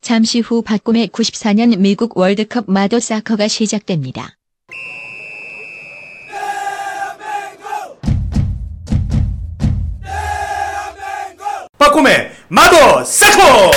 잠시 후 박곰의 94년 미국 월드컵 마더 사커가 시작됩니다. 빠꼼의 마더 사코!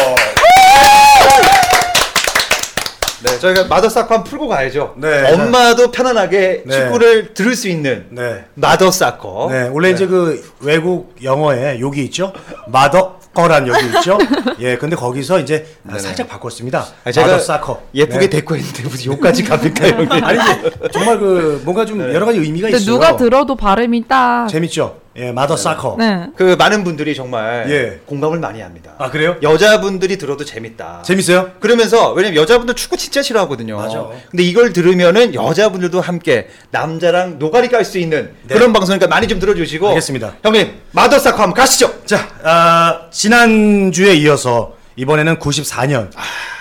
네, 저희가 마더사커 풀고 가야죠. 네. 엄마도 편안하게 네. 축구를 들을 수 있는 네. 마더사커. 네, 원래 이제 그 외국 영어에 여기 있죠? 마더 거란 여기 있죠? 예, 근데 거기서 이제 살짝 바꿨습니다. 네. 아, 제가 마더 사커. 예쁘게 네. 데리고 했는데 무슨 욕까지 갑니까 형님? 아니, 이제 정말 그 뭔가 좀 네. 여러 가지 의미가 근데 있어요. 누가 들어도 발음이 딱. 재밌죠? 예, 마더 사커. 네. 그 많은 분들이 정말 예. 공감을 많이 합니다. 아, 그래요? 여자분들이 들어도 재밌다. 재밌어요? 그러면서 왜냐면 여자분들 축구 진짜 싫어하거든요. 맞아. 근데 이걸 들으면은 여자분들도 함께 남자랑 노가리 깔 수 있는 네. 그런 방송이니까 그러니까 많이 좀 들어주시고. 알겠습니다. 어. 형님 마더사커 한번 가시죠. 자, 아, 지난주에 이어서 이번에는 94년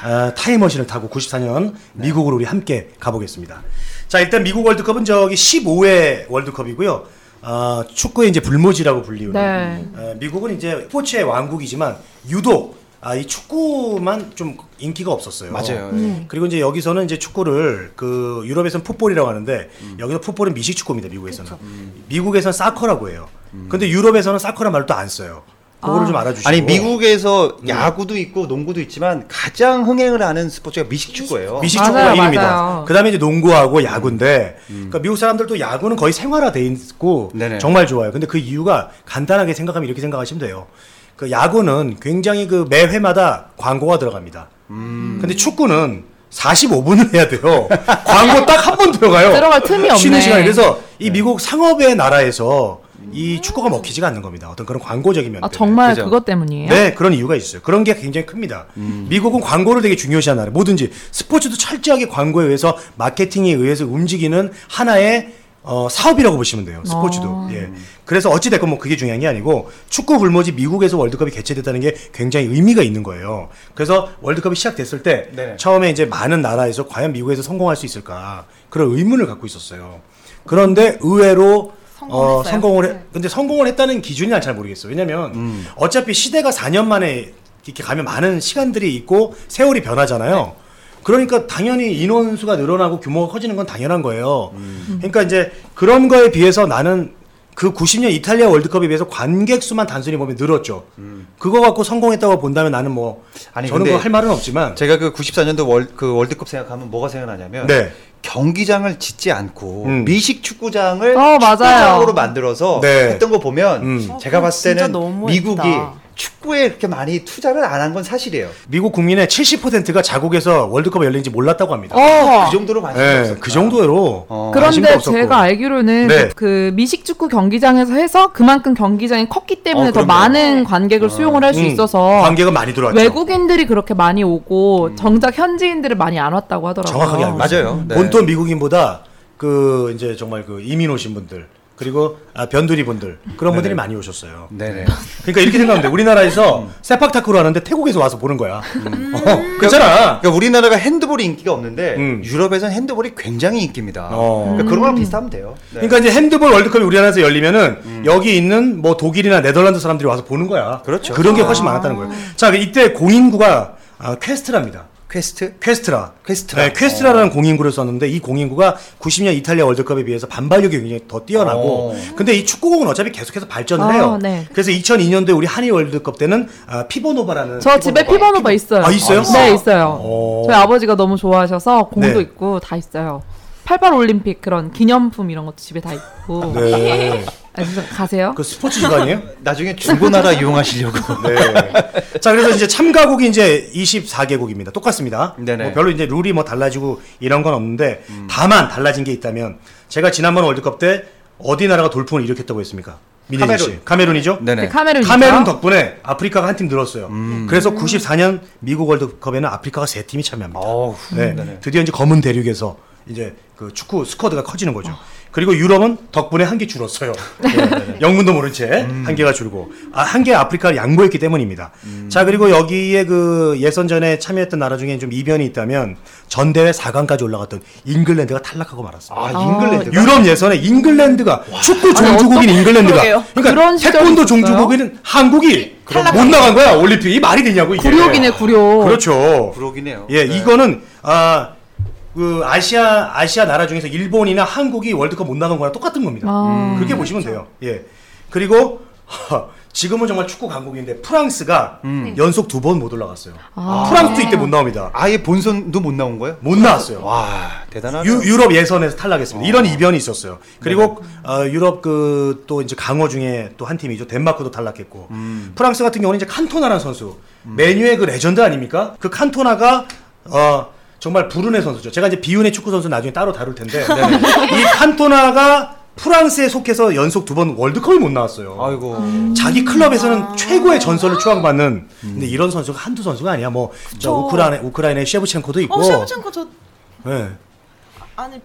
아, 타임머신을 타고 94년 네. 미국으로 우리 함께 가보겠습니다. 자, 일단 미국 월드컵은 저기 15회 월드컵이고요. 아, 축구의 이제 불모지라고 불리우는 네. 어, 미국은 이제 스포츠의 왕국이지만 유독 아, 이 축구만 좀 인기가 없었어요. 맞아요. 네. 그리고 이제 여기서는 이제 축구를 그 유럽에서는 풋볼이라고 하는데 여기서 풋볼은 미식 축구입니다. 미국에서는 미국에서는 사커라고 해요. 근데 유럽에서는 사커란 말도 안 써요. 그거를 좀 알아주시고. 아니 미국에서 야구도 있고 농구도 있지만 가장 흥행을 하는 스포츠가 미식축구예요. 미식 맞아요, 축구가 1위입니다. 맞아요. 그다음에 이제 농구하고 야구인데 그러니까 미국 사람들도 야구는 거의 생활화돼 있고 음. 네네. 정말 좋아요. 근데 그 이유가 간단하게 생각하면 이렇게 생각하시면 돼요. 그 야구는 굉장히 그 매 회마다 광고가 들어갑니다. 음. 근데 축구는 45분을 해야 돼요. 광고 딱 한 번 들어가요. 들어갈 틈이 쉬는 없네. 시간. 그래서 이 미국 상업의 나라에서 이 축구가 먹히지가 않는 겁니다. 어떤 네. 그런 광고적인 면. 아, 때문에. 정말 그죠? 그것 때문이에요? 음. 네, 그런 이유가 있어요. 그런 게 굉장히 큽니다. 미국은 광고를 되게 중요시하는 나라. 뭐든지 스포츠도 철저하게 광고에 의해서 마케팅에 의해서 움직이는 하나의 어, 사업이라고 보시면 돼요. 스포츠도. 아. 예. 그래서 어찌됐건 뭐 그게 중요한 게 아니고 축구 굴모지 미국에서 월드컵이 개최됐다는 게 굉장히 의미가 있는 거예요. 그래서 월드컵이 시작됐을 때 네. 처음에 이제 많은 나라에서 과연 미국에서 성공할 수 있을까 그런 의문을 갖고 있었어요. 그런데 의외로 어, 성공했어요. 성공을 해, 네. 근데 성공을 했다는 기준이 난 잘 모르겠어요. 왜냐면 음. 어차피 시대가 4년 만에 이렇게 가면 많은 시간들이 있고 세월이 네. 변하잖아요. 그러니까 당연히 인원수가 늘어나고 규모가 커지는 건 당연한 거예요. 음. 그러니까 이제 그런 거에 비해서 나는 그 90년 이탈리아 월드컵에 비해서 관객 수만 단순히 보면 늘었죠. 그거 갖고 성공했다고 본다면 나는 뭐 음. 아니, 저는 근데 그거 할 말은 없지만 제가 그 94년도 월, 그 월드컵 생각하면 뭐가 생각나냐면 네. 경기장을 짓지 않고 음. 미식 축구장을 어, 맞아요. 축구장으로 만들어서 네. 했던 거 보면 음. 제가 어, 봤을 진짜 때는 너무했다. 미국이 축구에 그렇게 많이 투자를 안 한 건 사실이에요. 미국 국민의 70%가 자국에서 월드컵이 열리는지 몰랐다고 합니다. 어. 그 정도로 관심이 예, 없었다. 그 정도로 어. 관심도 그런데 없었고. 제가 알기로는 네. 그 미식축구 경기장에서 해서 그만큼 경기장이 컸기 때문에 어, 더 그럼요. 많은 관객을 수용을 할 수 음, 있어서 관계가 많이 들어왔죠. 음. 외국인들이 그렇게 많이 오고 정작 현지인들을 많이 안 왔다고 하더라고요. 정확하게 알고 있어요. 맞아요. 네. 본토 미국인보다 그 이제 정말 그 이민 오신 분들 그리고 아, 변두리 분들 그런 분들이 많이 오셨어요. 네네. 그러니까 이렇게 생각하면 돼. 우리나라에서 음. 세팍 타크로 하는데 태국에서 와서 보는 거야. 어, 그렇잖아. 그러니까 우리나라가 핸드볼이 인기가 없는데 음. 유럽에선 핸드볼이 굉장히 인기입니다. 어. 그러니까 그런 거랑 비슷하면 돼요. 네. 음. 그러니까 이제 핸드볼 월드컵이 우리나라에서 열리면은 여기 있는 뭐 독일이나 네덜란드 사람들이 와서 보는 거야. 그렇죠. 런게 훨씬 많았다는 거예요. 자, 그 이때 공인구가 아, 퀘스트랍니다. 퀘스트? 퀘스트라. 퀘스트라. 네, 퀘스트라라는 공인구를 썼는데 이 공인구가 90년 이탈리아 월드컵에 비해서 반발력이 굉장히 더 뛰어나고 어. 근데 이 축구공은 어차피 계속해서 발전을 아, 해요. 네. 그래서 2002년도에 우리 한일 월드컵 때는 아, 피보노바라는 저 집에 피버노바 있어요. 아, 있어요? 네, 있어요. 어. 저희 아버지가 너무 좋아하셔서 공도 네. 있고 다 있어요. 88 올림픽 그런 기념품 이런 것도 집에 다 있고. 네. 아, 진짜 가세요? 그 스포츠 주간이에요? 나중에 중고나라 이용하시려고. 네. 자, 그래서 이제 참가국이 이제 24개국입니다. 똑같습니다. 네네. 음. 뭐 별로 이제 룰이 뭐 달라지고 이런 건 없는데 다만 달라진 게 있다면 제가 지난번 월드컵 때 어디 나라가 돌풍을 일으켰다고 했습니까? 민혜진 카메룬. 씨. 카메룬이죠? 네네. 음. 카메룬 카메룬 덕분에 아프리카가 한 팀 늘었어요. 그래서 94년 미국 월드컵에는 아프리카가 세 팀이 참여합니다. 어우. 네. 네네. 드디어 이제 검은 대륙에서 이제 그 축구 스쿼드가 커지는 거죠. 그리고 유럽은 덕분에 한 개 줄었어요. 예, 영문도 모른 채 한 개가 줄고 아, 한 개 아프리카를 양보했기 때문입니다. 자 그리고 여기에 그 예선전에 참여했던 나라 중에 좀 이변이 있다면 전 대회 4강까지 올라갔던 잉글랜드가 탈락하고 말았어요. 아, 아, 잉글랜드. 유럽 예선에 잉글랜드가 축구 종주국인 잉글랜드가 그러게요. 그러니까 그런 시절이 태권도 있었어요? 종주국인 한국이 못 나간 거야 올림픽 이 말이 되냐고 이게 굴욕이네 굴욕. 그렇죠. 부록이네요. 예, 네. 이거는 아, 그 아시아 아시아 나라 중에서 일본이나 한국이 월드컵 못 나간 거랑 똑같은 겁니다. 음. 아. 그렇게 보시면 돼요. 예. 그리고 하, 지금은 정말 축구 강국인데 프랑스가 연속 두 번 못 올라갔어요. 음. 아. 프랑스도 이때 못 나옵니다. 아예 본선도 못 나온 거예요? 못 나왔어요. 와 대단하네요. 유, 유럽 예선에서 탈락했습니다. 어. 이런 이변이 있었어요. 그리고 네, 어, 유럽 그 또 이제 강호 중에 또 한 팀이죠. 덴마크도 탈락했고 음. 프랑스 같은 경우는 이제 칸토나라는 선수 메뉴의 그 레전드 아닙니까? 그 칸토나가 어, 정말 불운의 선수죠. 제가 이제 비운의 축구 선수 는 나중에 따로 다룰 텐데 네, 이 칸토나가 프랑스에 속해서 연속 두 번 월드컵을 못 나왔어요. 아이고 자기 클럽에서는 아. 최고의 전설을 추앙받는 음. 근데 이런 선수가 한두 선수가 아니야. 뭐 저 그쵸. 우크라이나 우크라이나의 셰브첸코도 있고. 어, 셰브첸코 저 예. 안에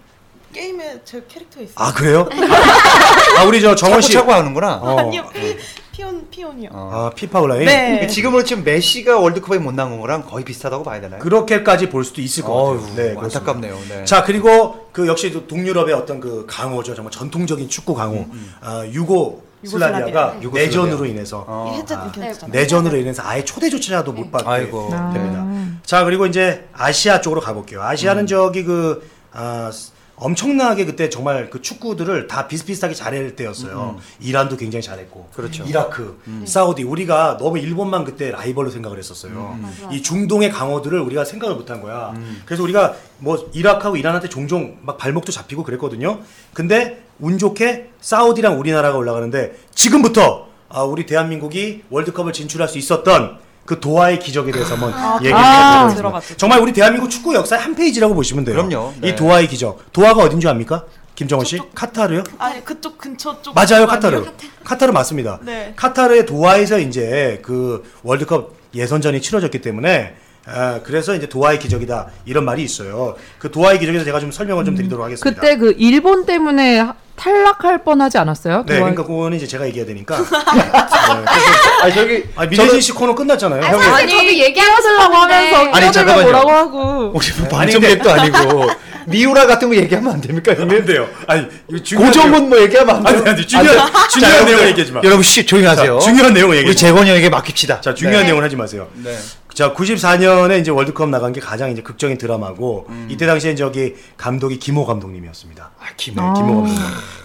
게임에 제 캐릭터 있어요. 아 그래요? 아 우리 저 정원 차고 씨. 차고 하는구나. 어. 아니요, 피, 피온 피온이요. 아 피파 온라인. 네. 지금으로 치면 메시가 월드컵에 못 나온 거랑 거의 비슷하다고 봐야 되나요? 그렇게까지 볼 수도 있을 것 어휴, 같아요. 네, 그렇습니다. 안타깝네요. 네. 자 그리고 그 역시 또 동유럽의 어떤 그 강호죠. 정말 전통적인 축구 강호. 아, 유고 슬라비아가 음, 유고슬라비아. 내전으로 인해서 어. 이 해자 아, 느껴지잖아요. 내전으로 인해서 아예 초대 조차도 못 받게 네. 아이고. 됩니다. 자 그리고 이제 아시아 쪽으로 가볼게요. 아시아는 음. 저기 그 아, 스- 엄청나게 그때 정말 그 축구들을 다 비슷비슷하게 잘할 때였어요. 이란도 굉장히 잘했고, 음, 그렇죠. 이라크, 사우디 우리가 너무 일본만 그때 라이벌로 생각을 했었어요. 음, 이 중동의 강호들을 우리가 생각을 못한 거야. 그래서 우리가 뭐 이라크하고 이란한테 종종 막 발목도 잡히고 그랬거든요. 근데 운 좋게 사우디랑 우리나라가 올라가는데 지금부터 아, 우리 대한민국이 월드컵을 진출할 수 있었던 그 도하의 기적에 대해서 한번 얘기해 아, 보도록 하겠습니다. 들어봤죠. 정말 우리 대한민국 축구 역사의 한 페이지라고 보시면 돼요. 그럼요. 네. 이 도하의 기적. 도하가 어딘 줄 압니까? 김정은 씨? 저쪽. 카타르요? 아니 네, 그쪽 근처 쪽 네. 맞아요, 아니에요? 카타르. 카타르 맞습니다. 네. 카타르의 도하에서 이제 그 월드컵 예선전이 치러졌기 때문에 아, 그래서 이제 도하의 기적이다 이런 말이 있어요. 그 도하의 기적에서 제가 좀 설명을 좀 드리도록 하겠습니다. 그때 그 일본 때문에 하- 탈락할 뻔하지 않았어요? 네, 그걸- 그러니까 그거는 이제 제가 얘기해야 되니까. 네, 아 저기 아, 민혜진 씨 코너 끝났잖아요. 아, 사실 아니, 저도 끼어들라고 얘기하려고 하면서 아니, 끼어들고 잠깐만요. 뭐라고 하고 혹시 뭐 반점객도 아니고 미우라 같은 거 얘기하면 안 됩니까? 형님? 근데요. 아니, 이거 중요한 고정은 뭐 얘기하면 안 돼요? 아니, 아니, 중요한- 자, 중요한 여러분, 내용을 얘기하지 마. 여러분 씨 조용히 하세요. 내용. 중요한 내용을 얘기해. 우리 재건이 형에게 맡깁시다. 자, 중요한 네. 내용을 하지 마세요. 네. 자, 94년에 이제 월드컵 나간 게 가장 이제 극적인 드라마고 음. 이때 당시에 저기 감독이 김호 감독님이었습니다. 아, 김. 네, 김호 감독님.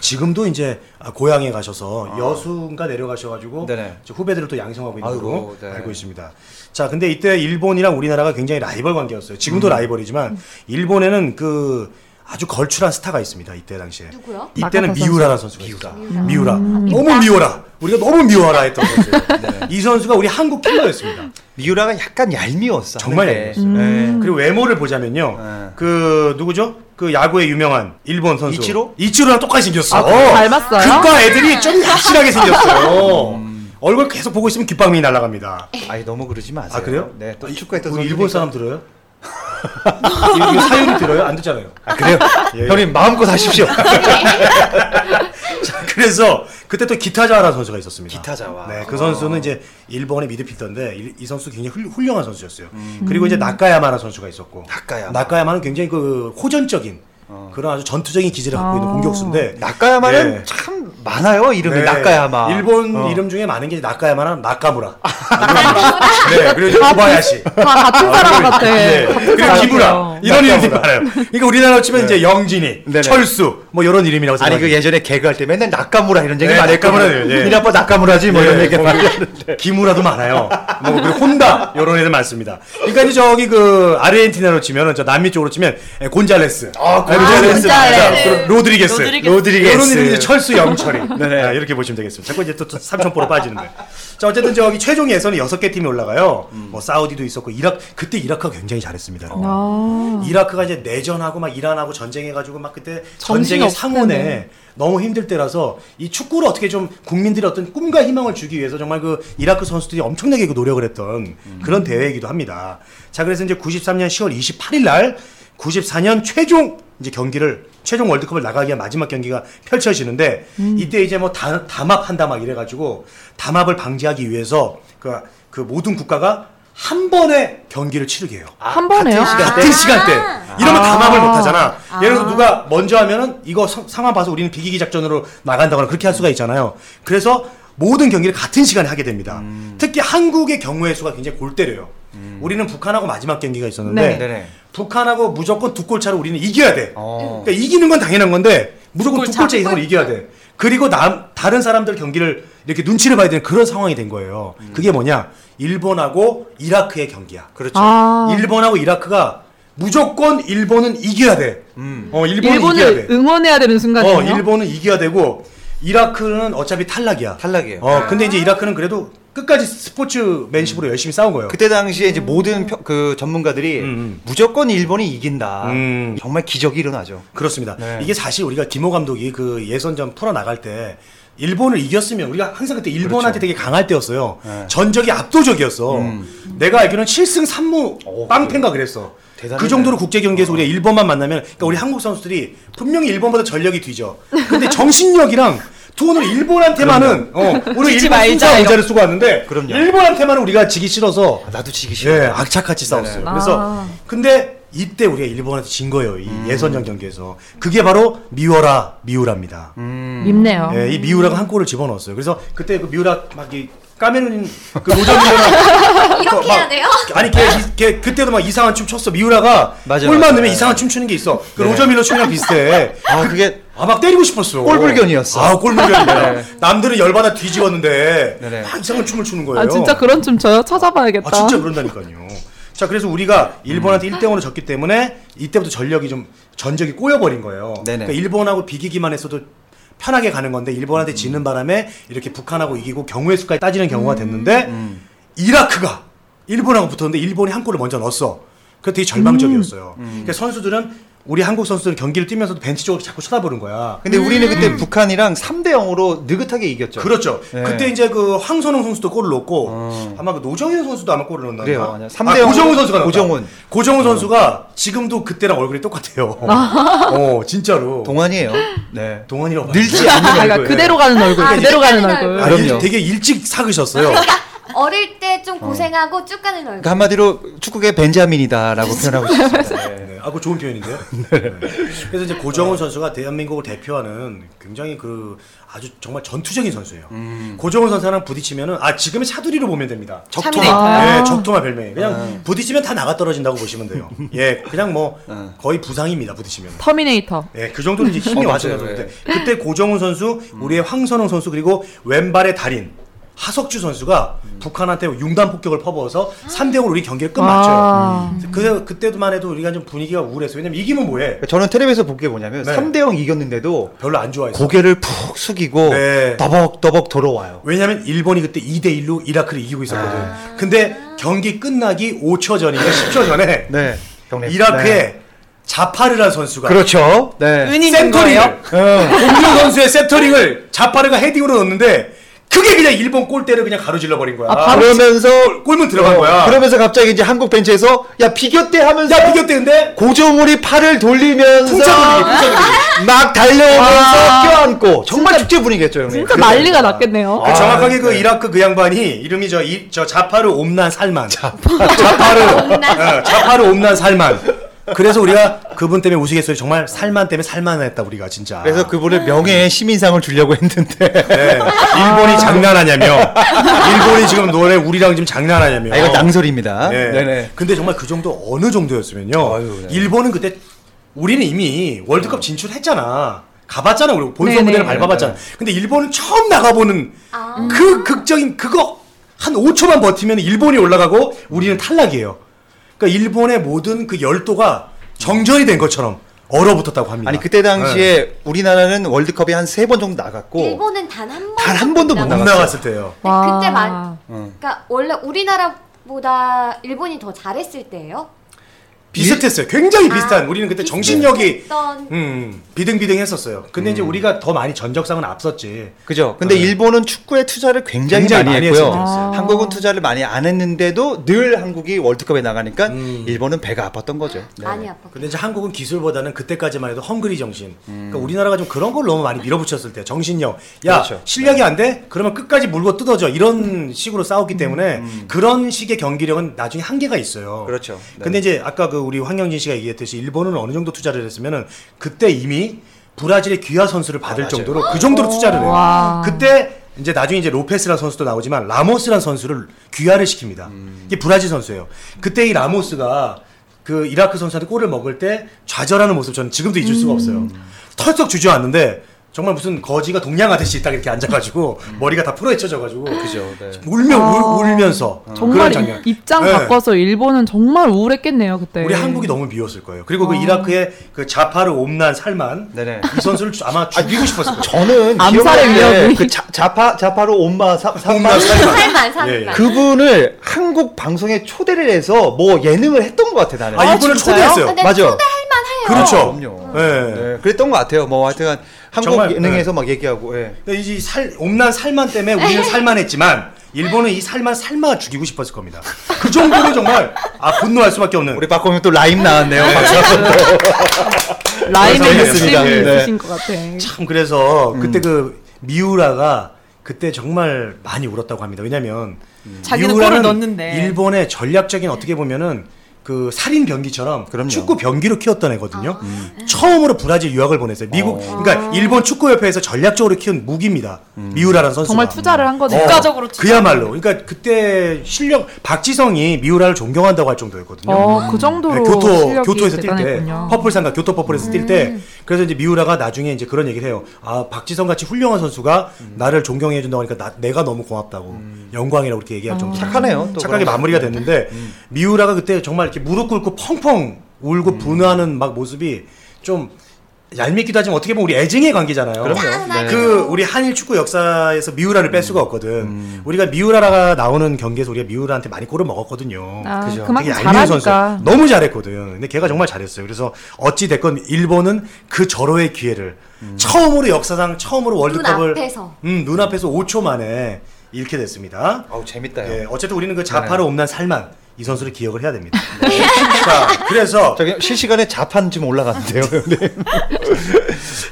지금도 이제 아, 고향에 가셔서 여수인가 내려가셔가지고 네네. 이제 후배들을 또 양성하고 있는 걸로 아이고, 네. 알고 있습니다. 자, 근데 이때 일본이랑 우리나라가 굉장히 라이벌 관계였어요. 지금도 음. 라이벌이지만 일본에는 그 아주 걸출한 스타가 있습니다. 이때 당시에. 누구요? 이때는 나카타 선수. 미우라라는 선수가 미우라. 미우라. 너무 미워라. 우리가 너무 미워라 했던 선수. 요이 선수가 우리 한국 킬러였습니다. 네. 미우라가 약간 얄미웠어. 네. 정말 하는데. 얄미웠어요. 음. 그리고 외모를 보자면요. 네. 그 누구죠? 그 야구에 유명한 일본 선수 이치로? 이치로랑 똑같이 생겼어. 아, 그거 닮았어요? 네. 그과 애들이 좀 확실하게 생겼어요. 음. 얼굴 계속 보고 있으면 귓방망이 날아갑니다. 아니 너무 그러지 마세요. 아 그래요? 네. 또 아, 축구했던 우리 일본 선수니까. 사람 들어요? 이 사연이 들어요? 안 듣잖아요. 아 그래요? 예. 형님 마음껏 하십시오. 그래서 그때 또 기타자와라는 선수가 있었습니다. 기타자와. 어. 네, 그 선수는 이제 일본의 미드필더인데 이, 이 선수 굉장히 훌, 훌륭한 선수였어요. 그리고 이제 나카야마라는 선수가 있었고 나카야마. 어. 나카야마는 굉장히 그 호전적인 그런 아주 전투적인 기질을 갖고 있는 아. 공격수인데 나카야마는 네. 참 많아요 이름이 네, 나카야마. 일본 어. 아. 이름 중에 많은 게 나카야마랑 나카무라. 네, 그리고 이제 오바야시. 다 같은 사람 같아. 네. 같은 그리고 사람 기무라 같아요. 이런 이름이 나카무라. 많아요. 그러니까 우리나라로 치면 이제 영진이, 네. 네네. 철수 뭐 이런 이름이라고 생각. 아니 그 예전에 개그할 때 맨날 나카무라 이런 얘기 네, 많이 했거든요. 나카무라예요, 예. 우리 아빠 나카무라지 뭐 이런 예, 얘기 거기 많이 했는데. 기무라도 많아요. 뭐 그리고 혼다 이런 애들 많습니다. 그러니까 이제 저기 그 아르헨티나로 치면은 저 남미 쪽으로 치면 에, 곤잘레스, 아, 곤잘레스, 곤잘레스. 그리고 로드리게스, 로드리게스. 로드리게스. 이런 이름이 이제 철수 영철이 네네. 아, 이렇게 보시면 되겠습니다. 자꾸 이제 또 삼천포로 빠지는데. 자 어쨌든 저기 최종 예선에 여섯 개 팀이 올라가요. 뭐 사우디도 있었고 이라 그때 이라크가 굉장히 잘했습니다. 여러분. 아. 이라크가 이제 내전하고 막 이란하고 전쟁해가지고 막 그때 정신이 전쟁의 상온에 없겠네. 너무 힘들 때라서 이 축구를 어떻게 좀 국민들의 어떤 꿈과 희망을 주기 위해서 정말 그 이라크 선수들이 엄청나게 그 노력을 했던 음. 그런 대회이기도 합니다. 자 그래서 이제 93년 10월 28일 날 94년 최종 이제 경기를 최종 월드컵을 나가기 위한 마지막 경기가 펼쳐지는데 음. 이때 이제 뭐 다, 담합한다 막 이래가지고 담합을 방지하기 위해서 그, 그 모든 국가가 한 번에 경기를 치르게 해요. 아, 한 번에요? 같은 시간대. 같은 시간대. 이러면 담합을 못 아. 하잖아. 예를 들어 누가 먼저 하면은 이거 성- 상황 봐서 우리는 비기기 작전으로 나간다거나 그렇게 할 수가 있잖아요. 그래서 모든 경기를 같은 시간에 하게 됩니다. 특히 한국의 경우의 수가 굉장히 골때려요. 우리는 북한하고 마지막 경기가 있었는데 네. 네네. 북한하고 무조건 두 골 차로 우리는 이겨야 돼. 어. 그러니까 이기는 건 당연한 건데 무조건 두 두 골 골째 차, 이상으로 두 골 이겨야 돼. 그리고 남 다른 사람들 경기를 이렇게 눈치를 봐야 되는 그런 상황이 된 거예요. 그게 뭐냐? 일본하고 이라크의 경기야. 그렇죠. 아, 일본하고 이라크가 무조건 일본은 이겨야 돼. 음. 어, 일본은 이겨야 일본을 돼. 응원해야 되는 어, 순간이에요. 일본은 이겨야 되고 이라크는 어차피 탈락이야. 탈락이에요. 어, 근데 이제 이라크는 그래도 끝까지 스포츠맨십으로 열심히 싸운 거예요. 그때 당시에 이제 모든 펴- 그 전문가들이 음, 음. 무조건 일본이 이긴다. 음. 정말 기적이 일어나죠. 그렇습니다. 네. 이게 사실 우리가 김호 감독이 그 예선전 풀어 나갈 때 일본을 이겼으면 우리가 항상 그때 일본한테 그렇죠. 되게 강할 때였어요. 네. 전적이 압도적이었어. 음. 내가 알기로는 7승 3무 오, 빵팬가 그랬어. 대단했네. 어. 음. 그 정도로 국제 경기에서 우리가 일본만 만나면 그러니까 우리 한국 선수들이 분명히 일본보다 전력이 뒤져. 근데 정신력이랑 투혼을 일본한테만은 어, 우리 지지 일본 말자, 승자 이런. 의자를 쓰고 왔는데 그럼요. 일본한테만은 우리가 지기 싫어서 아, 나도 지기 싫어. 예, 악착같이 싸웠어요. 네네. 그래서 아. 근데 이때 우리가 일본한테 진 거예요. 이 음. 예선전 경기에서 그게 바로 미워라 미우라입니다. 음. 음. 밉네요. 예, 이 미우라가 한 골을 집어넣었어요. 그래서 그때 그 미우라 막이 까메룬 그 노전이랑 이렇게 해야 돼요? 아니 걔, 이- 걔 그때도 막 이상한 춤 췄어. 미우라가 맞아, 골만 맞아. 넣으면 이상한 춤 추는 게 있어. 그 네. 로저 밀러 춤이랑 비슷해. 아, 그게 아 막 때리고 싶었어. 꼴불견이었어. 아 꼴불견이야. 네. 남들은 열받아 뒤집었는데 네네. 막 이상한 춤을 추는 거예요. 아 진짜 그런 춤 저요 찾아봐야겠다. 음. 아 진짜 그런다니까요. 자 그래서 우리가 일본한테 1대 0으로 졌기 때문에 이때부터 전력이 좀 전적이 꼬여버린 거예요. 네네. 그러니까 일본하고 비기기만 했어도 편하게 가는 건데 일본한테 음. 지는 바람에 이렇게 북한하고 이기고 경우의 수까지 따지는 음. 경우가 됐는데 음. 이라크가 일본하고 붙었는데 일본이 한 골을 먼저 넣었어. 그게 되게 절망적이었어요. 음. 그러니까 선수들은 우리 한국 선수들은 경기를 뛰면서도 벤치 쪽으로 자꾸 쳐다보는 거야. 근데 우리는 그때 북한이랑 3대 0으로 느긋하게 이겼죠. 음. 그렇죠. 네. 그때 이제 그 황선홍 선수도 골을 넣고 어. 아마 그 노정현 선수도 아마 골을 넣었나? 그래요. 아니야. 삼대 영으로 고정훈 선수가 넣었다. 고정훈. 어. 고정훈 선수가 지금도 그때랑 얼굴이 똑같아요. 어 진짜로. 동안이에요. 음. 네. 동안이라고 봐요. 네. 늙지 아, 않는 그러니까 얼굴. 그대로 가는 얼굴, 아, 그대로 가는 그대로 얼굴. 가는 아, 일- 그럼요. 되게 일찍 사귀셨어요. 어릴 때 좀 고생하고 쭉 가는 얼굴. 그러니까 한마디로 축구계 벤자민이다라고 표현하고 싶습니다. 네. 네. 아, 그거 좋은 표현인데요. 네. 그래서 이제 고정훈 선수가 대한민국을 대표하는 굉장히 그 아주 정말 전투적인 선수예요. 고정훈 선수랑 부딪히면은 아 지금의 차두리로 보면 됩니다. 아. 예, 적토마 별명이 그냥 네. 부딪히면 다 나가 떨어진다고 보시면 돼요. 예, 그냥 뭐 거의 부상입니다 부딪히면. 터미네이터. 예, 그 정도로 이제 힘이 어, 왔어요. 맞아요, 음. 그때. 그때 고정훈 선수, 우리의 황선홍 선수 그리고 왼발의 달인 하석주 선수가 음. 북한한테 융단 폭격을 퍼부어서 아. 3대 0으로 우리 경기를 끝마쳐요. 아. 그 그때도만 해도 우리가 좀 분위기가 우울했어요. 왜냐면 이기면 뭐해? 그러니까 저는 텔레비에서 본 게 뭐냐면 네. 3대 0 이겼는데도 별로 안 좋아했어. 고개를 푹 숙이고 네. 더벅더벅 돌아와요. 왜냐면 일본이 그때 2대 1로 이라크를 이기고 있었거든. 아. 근데 경기 끝나기 5초 전인가 10초 전에 네. 경례. 이라크의 네. 자파르라 선수가 그렇죠. 네. 은인 센터링을 거예요? 공유 선수의 센터링을 자파르가 헤딩으로 넣었는데 그게 그냥 일본 골대를 그냥 가로질러 버린 거야. 그러면서 골문 들어간 거야. 아, 네. 그러면서 갑자기 이제 한국 벤치에서 야 비겼대 하면서 야 비겼대는데 고종우리 팔을 돌리면서 풍차 돌리기, 막 달려오면서 껴안고 정말 축제 분위기였죠 네, 형님. 아, 진짜 그래서- 난리가 났겠네요. 그 아, 정확하게 그 네. 이라크 그 양반이 이름이 저, 이, 저 자파르 옴난 살만. 아, 자파르. 옴난 예, 자파르 옴난 살만. 그래서 우리가 그분 때문에 우스갯소리 정말 살만 때문에 살만했다 우리가 진짜. 그래서 그분을 명예의 시민상을 주려고 했는데 예, 아. 일본이 장난하냐며. 일본이 지금 노래 우리랑 지금 장난하냐며. 아 이거 낭설입니다. 예. 네네. 근데 정말 그 정도 어느 정도였으면요. 아유, 네. 음. 일본은 그때 우리는 이미 월드컵 진출했잖아. 가봤잖아. 우리 본선 네네. 무대를 밟아봤잖아. 근데 일본은 처음 나가보는 아. 그 극적인 그거 한 5초만 버티면 일본이 올라가고 우리는 음. 탈락이에요. 그러니까 일본의 모든 그 열도가 정전이 된 것처럼 얼어붙었다고 합니다. 아니 그때 당시에 우리나라는 월드컵에 한 세 번 정도 나갔고 일본은 단 한 번도 단한 번도 못 네. 나갔어요. 못 어. 나갔어요. 나갔을 때요. 근데 와. 그때 만 그러니까 원래 우리나라보다 일본이 더 잘했을 때예요. 아, 비슷했어요. 굉장히 아, 비슷한. 우리는 그때 정신력이 어떤 음, 비등비등했었어요. 근데 음. 이제 우리가 더 많이 전적상은 앞섰지. 그죠. 근데 네. 일본은 축구에 투자를 굉장히, 굉장히 많이, 많이 했고요. 했어요. 아. 한국은 투자를 많이 안 했는데도 늘 한국이 월드컵에 나가니까 음. 일본은 배가 아팠던 거죠. 네. 많이 아팠고 근데 이제 한국은 기술보다는 그때까지만 해도 헝그리 정신. 그러니까 우리나라가 좀 그런 걸 너무 많이 밀어붙였을 때 정신력. 야 음. 그렇죠. 음. 실력이 안 돼? 그러면 끝까지 물고 뜯어져 이런 식으로 싸웠기 때문에 그런 식의 경기력은 나중에 한계가 있어요. 그렇죠. 네. 근데 이제 아까 그 우리 황영진 씨가 얘기했듯이 일본은 어느 정도 투자를 했으면은 그때 이미 브라질의 귀화 선수를 받을 아, 맞아요. 정도로 그 정도로 투자를 해요. 와. 그때 이제 나중에 이제 로페스라는 선수도 나오지만 라모스라는 선수를 귀화를 시킵니다. 이게 브라질 선수예요. 그때 이 라모스가 그 이라크 선수한테 골을 먹을 때 좌절하는 모습 저는 지금도 잊을 음. 수가 없어요. 털썩 주저앉는데 정말 무슨 거지가 동양 아저씨 딱 이렇게 앉아가지고 머리가 다 풀어헤쳐져가지고 그죠. 네. 울며 울, 울면서 아. 정말 그런 장면. 입- 입장 네. 바꿔서 일본은 정말 우울했겠네요 아. 그때. 우리 한국이 너무 미웠을 거예요. 그리고 그 이라크의 그 자파를 옴난 살만 네네. 이 선수를 주- 아마 죽이고 싶었을 거예요. 저는 암살의 기억나는 위협이. 그 자, 자파 자파로 온마 삼 옴난 살만. 살만 예, 예. 살만. 그분을 한국 방송에 초대를 해서 뭐 예능을 했던 것 같아 나는. 아, 이분을 초대했어요. 근데 맞아. 살만 해요. 그렇죠. 아, 그럼요. 예. 네, 그랬던 것 같아요. 뭐 하여튼 한국 정말, 네. 예능에서 막 얘기하고. 예. 근데 그러니까 이 살, 옴난 살만 때문에 네. 우리는 살만했지만 일본은 이 살만 살마 죽이고 싶었을 겁니다. 그 정도로 정말 아 분노할 수밖에 없는. 우리 박공영 또 라임 나왔네요. 라임의 그래서 욕심이 알겠습니다. 네. 있으신 것 같아. 참 그래서 그때 그 미우라가 그때 정말 많이 울었다고 합니다. 왜냐면 자기는 미우라는 골을 넣었는데. 일본의 전략적인 어떻게 보면은 그 살인 병기처럼 그럼요. 축구 병기로 키웠던 애거든요. 아. 처음으로 브라질 유학을 보냈어요. 미국 그러니까 일본 축구 협회에서 전략적으로 키운 무기입니다. 미우라라는 선수가 정말 투자를 한 거네요. 국가적으로 그야말로 그러니까 그때 실력 박지성이 미우라를 존경한다고 할 정도였거든요. 어, 그 정도로 네, 교토 실력이 교토에서 뛸 때 대단했군요. 음. 퍼플 삼각 교토 퍼플에서 뛸 때 그래서 이제 미우라가 나중에 이제 그런 얘기를 해요. 아 박지성 같이 훌륭한 선수가 음. 나를 존경해 준다고 하니까 나- 내가 너무 고맙다고 영광이라고 그렇게 어. 얘기할 정도 로 착하네요. 음. 또 착하게 그럼. 마무리가 됐는데 미우라가 그때 정말 이렇게 무릎 꿇고 펑펑 음. 울고 분노하는 막 모습이 좀 얄밉기도 하지만 어떻게 보면 우리 애증의 관계잖아요. 네. 짠하게. 그 우리 한일 축구 역사에서 미우라를 음. 뺄 수가 없거든. 우리가 미우라가 나오는 경기에서 우리가 미우라한테 많이 골을 먹었거든요. 아, 그죠. 그만큼 되게 얄미운 잘하니까. 선수. 너무 잘했거든. 근데 걔가 정말 잘했어요. 그래서 어찌 됐건 일본은 그 절호의 기회를 처음으로 역사상 처음으로 월드컵을 눈앞에서. 음, 눈앞에서 5초 만에 잃게 됐습니다. 아우 재밌다. 예, 요 네. 어쨌든 우리는 그 자파로 옴난 살만 이 선수를 기억을 해야 됩니다. 자, 그래서 저기 실시간에 자판 지금 올라갔는데요. 네.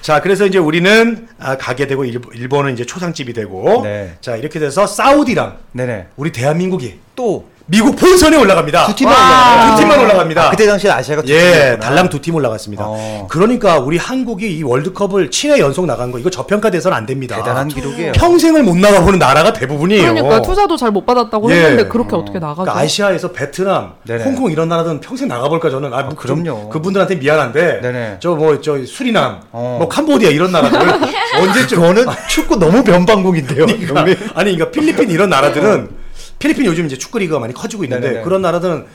자, 그래서 이제 우리는 아, 가게 되고 일본- 일본은 이제 초상집이 되고 네. 자 이렇게 돼서 사우디랑 네네. 우리 대한민국이 또 미국 본선에 올라갑니다. 두 팀만 올라가요. 아, 두 팀만 올라갑니다. 아, 그때 당시 아시아가 두 예, 팀이었구나. 달랑 두 팀 올라갔습니다. 어. 그러니까 우리 한국이 이 월드컵을 7회 연속 나간 거 이거 저평가돼서는 안 됩니다. 대단한 기록이에요. 평생을 못 나가보는 나라가 대부분이에요. 그러니까 투자도 잘 못 받았다고 어. 예. 했는데 그렇게 어떻게 나가죠? 그러니까 아시아에서 베트남, 네네. 홍콩 이런 나라들은 평생 나가볼까 저는 아, 좀 그럼요. 그분들한테 미안한데 네네. 저 뭐 저 수리남, 어. 뭐 캄보디아 이런 나라들 언제쯤 저는 축구 너무 변방국인데요. 형님. 아니 그러니까 필리핀 이런 나라들은 필리핀 요즘 이제 축구 리그가 많이 커지고 있는데 어. 네네네. 그런 나라들은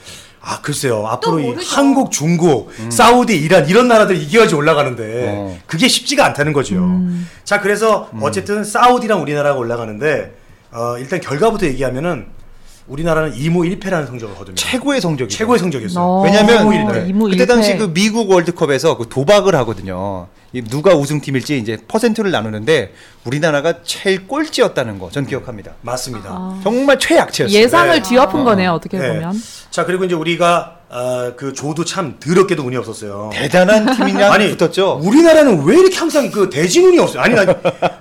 아 글쎄요 앞으로 이 모르죠. 한국 중국 사우디 이란 이런 나라들 이겨야지 올라가는데 음. 어. 음. 그게 쉽지가 않다는 거죠 음. 자 그래서 어쨌든 사우디랑 우리나라가 올라가는데 어, 일단 결과부터 얘기하면은 우리나라는 2무 1패라는 성적을 거둡니다 최고의 성적이죠. 최고의 성적이었어요 어. 왜냐면 이무 일패. 네. 이무 그때 일패. 당시 그 미국 월드컵에서 그 도박을 하거든요. 이 누가 우승팀일지 이제 퍼센트를 나누는데 우리나라가 제일 꼴찌였다는 거 전 기억합니다. 맞습니다 아. 정말 최약체였어요. 아. 네. 예상을 뒤엎은 거네요 어떻게 네. 보면. 자 그리고 이제 우리가 아, 그 조도 참 더럽게도 운이 없었어요 대단한 팀이랑 아니 붙었죠. 우리나라는 왜 이렇게 항상 그 대진운이 없어요? 아니 나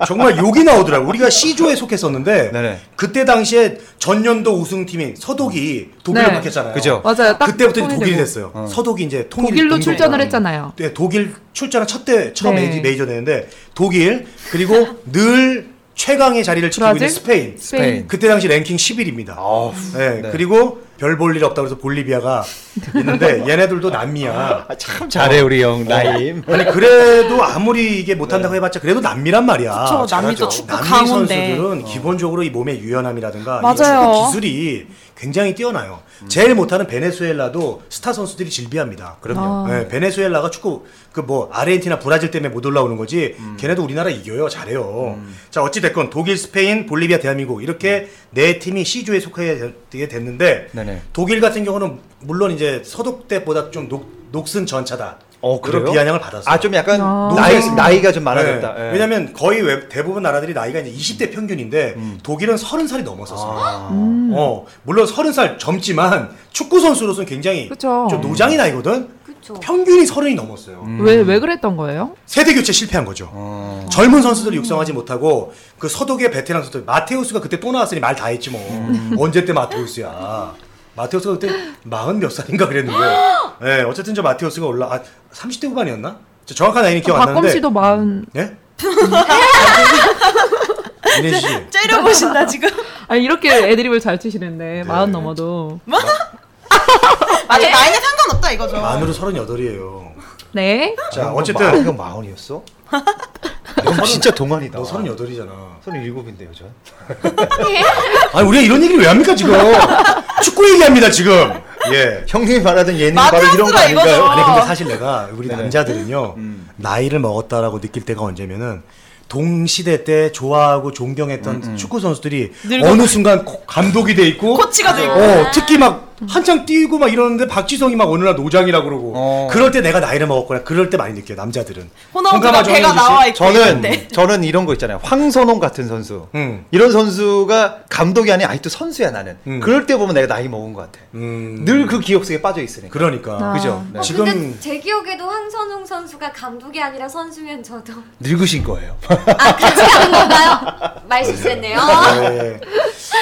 정말 욕이 나오더라고. 우리가 네. C조에 속했었는데 네네. 그때 당시에 전년도 우승팀인 서독이 독일을 네. 바뀌었잖아요. 그죠. 맞아요. 딱 어. 그때부터 이제 통일되고. 독일이 됐어요. 어. 서독이 이제 통일 독일로 독일. 출전을 했잖아요. 네, 독일 출전한 첫대 처음 네. 메이저, 메이저 되는데 독일 그리고 늘 최강의 자리를 지키고 브라질? 있는 스페인. 스페인. 그때 당시 랭킹 10일입니다. 어우, 네, 네. 그리고 별 볼 일 없다고 해서 볼리비아가 있는데 얘네들도 남미야. 아, 참 잘해 우리 어. 형 나임. 아니 그래도 아무리 이게 네. 못한다고 해봤자 그래도 남미란 말이야. 그쵸, 남미도 잘하죠. 축구 남미 강호인데. 선수들은 기본적으로 이 몸의 유연함이라든가 이 맞아요. 축구 기술이 굉장히 뛰어나요. 제일 못하는 베네수엘라도 스타 선수들이 질비합니다. 그럼요. 아. 예, 베네수엘라가 축구 그 뭐 아르헨티나 브라질 때문에 못 올라오는 거지 음. 걔네도 우리나라 이겨요 잘해요 자 어찌 됐건 독일 스페인 볼리비아 대한민국 이렇게 네 팀이 C조에 속하게 되- 됐는데 네네. 독일 같은 경우는 물론 이제 서독 때보다 좀 녹, 쓴 전차다 어, 그런 그래요? 비아냥을 받았어요 아, 좀 약간 아. 나이, 나이가 좀 많아졌다. 네. 예. 왜냐면 거의 왜- 대부분 나라들이 나이가 이제 20대 평균인데 독일은 30살이 넘었었어요 음. 아. 어, 물론 30살 젊지만 축구 선수로서는 굉장히 그쵸. 좀 노장이 나이거든 그쵸. 어, 평균이 30이 넘었어요 음. 왜, 왜 음. 그랬던 거예요? 세대 교체 실패한 거죠. 어. 젊은 선수들을 육성하지 못하고 그 서독의 베테랑 선수들 마테우스가 그때 또 나왔으니 말 다 했지 뭐 언제 때 마테우스야 마테우스가 그때 마흔 몇 살인가 그랬는데 예 어쨌든 저 마테우스가 올라 아 30대 후반이었나 저 정확한 나이는 기억 안 박검 나는데 씨도 마흔. 예 이네 씨 째려보신다 지금. 아니, 이렇게 애드립을 잘 치시는데, 마흔 네. 넘어도. 맞아 네, 나이는 상관없다 이거죠. 만으로 38이에요 네. 자 이건 어쨌든 마- 이건 마흔이었어? 이건 진짜 동안이다. 너 38이잖아 37인데요, 전. 아니 우리가 이런 얘기를 왜 합니까 지금 축구 얘기합니다 지금 예 형님이 말하던 예능 맞아, 바로 이런 거 쓰라, 이거죠. 아닌가요? 아니 근데 사실 내가 우리 네네. 남자들은요 음. 나이를 먹었다라고 느낄 때가 언제면은 동시대 때 좋아하고 존경했던 축구 선수들이 늙어. 어느 순간 코- 감독이 돼 있고 코치가 돼 있고. 네. 어, 특히 막 한창 뛰고 막 이러는데 박지성이 막 어느 날 노장이라고 그러고 어. 그럴 때 내가 나이를 먹었거나 그럴 때 많이 느껴요 남자들은 호나우두가 공감하죠, 배가 황희주 씨? 나와 있고. 저는 있는데. 저는 이런 거 있잖아요. 황선홍 같은 선수. 음. 이런 선수가 감독이 아니 아직도 선수야 나는. 음. 그럴 때 보면 내가 나이 먹은 것 같아. 음, 늘 그 기억 속에 빠져 있으니까. 그러니까 아. 그죠? 네. 어, 지금- 근데 제 기억에도 황선홍 선수가 감독이 아니라 선수면 저도 늙으신 거예요. 아 같이 가는 건가요? 말 실수했네요. 네.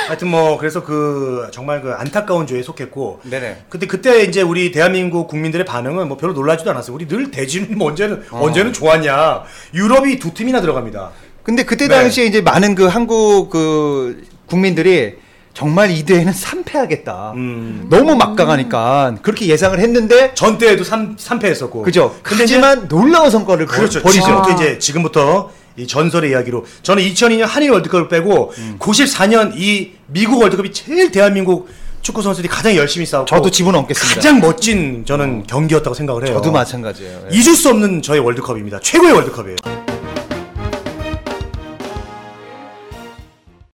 하여튼 뭐 그래서 그 정말 그 안타까운 조에 속했고 네네. 근데 그때 이제 우리 대한민국 국민들의 반응은 뭐 별로 놀라지도 않았어요. 우리 늘 대진 뭐 언제는 어. 언제는 좋았냐. 유럽이 두 팀이나 들어갑니다. 근데 그때 네. 당시에 이제 많은 그 한국 그 국민들이 정말 이 대회는 삼패하겠다. 음. 너무 막강하니까 그렇게 예상을 했는데 전 때에도 삼삼패했었고 그죠. 근데 이제 하지만 놀라운 성과를 그 그렇죠. 버리죠. 지금부터 이제 지금부터 이 전설의 이야기로 저는 2002년 한일 월드컵을 빼고 음. 94년 이 미국 월드컵이 제일 대한민국 축구 선수들이 가장 열심히 싸웠고 저도 집어넣겠습니다. 가장 멋진 저는 경기였다고 생각을 해요. 저도 마찬가지예요. 예. 잊을 수 없는 저의 월드컵입니다. 최고의 월드컵이에요.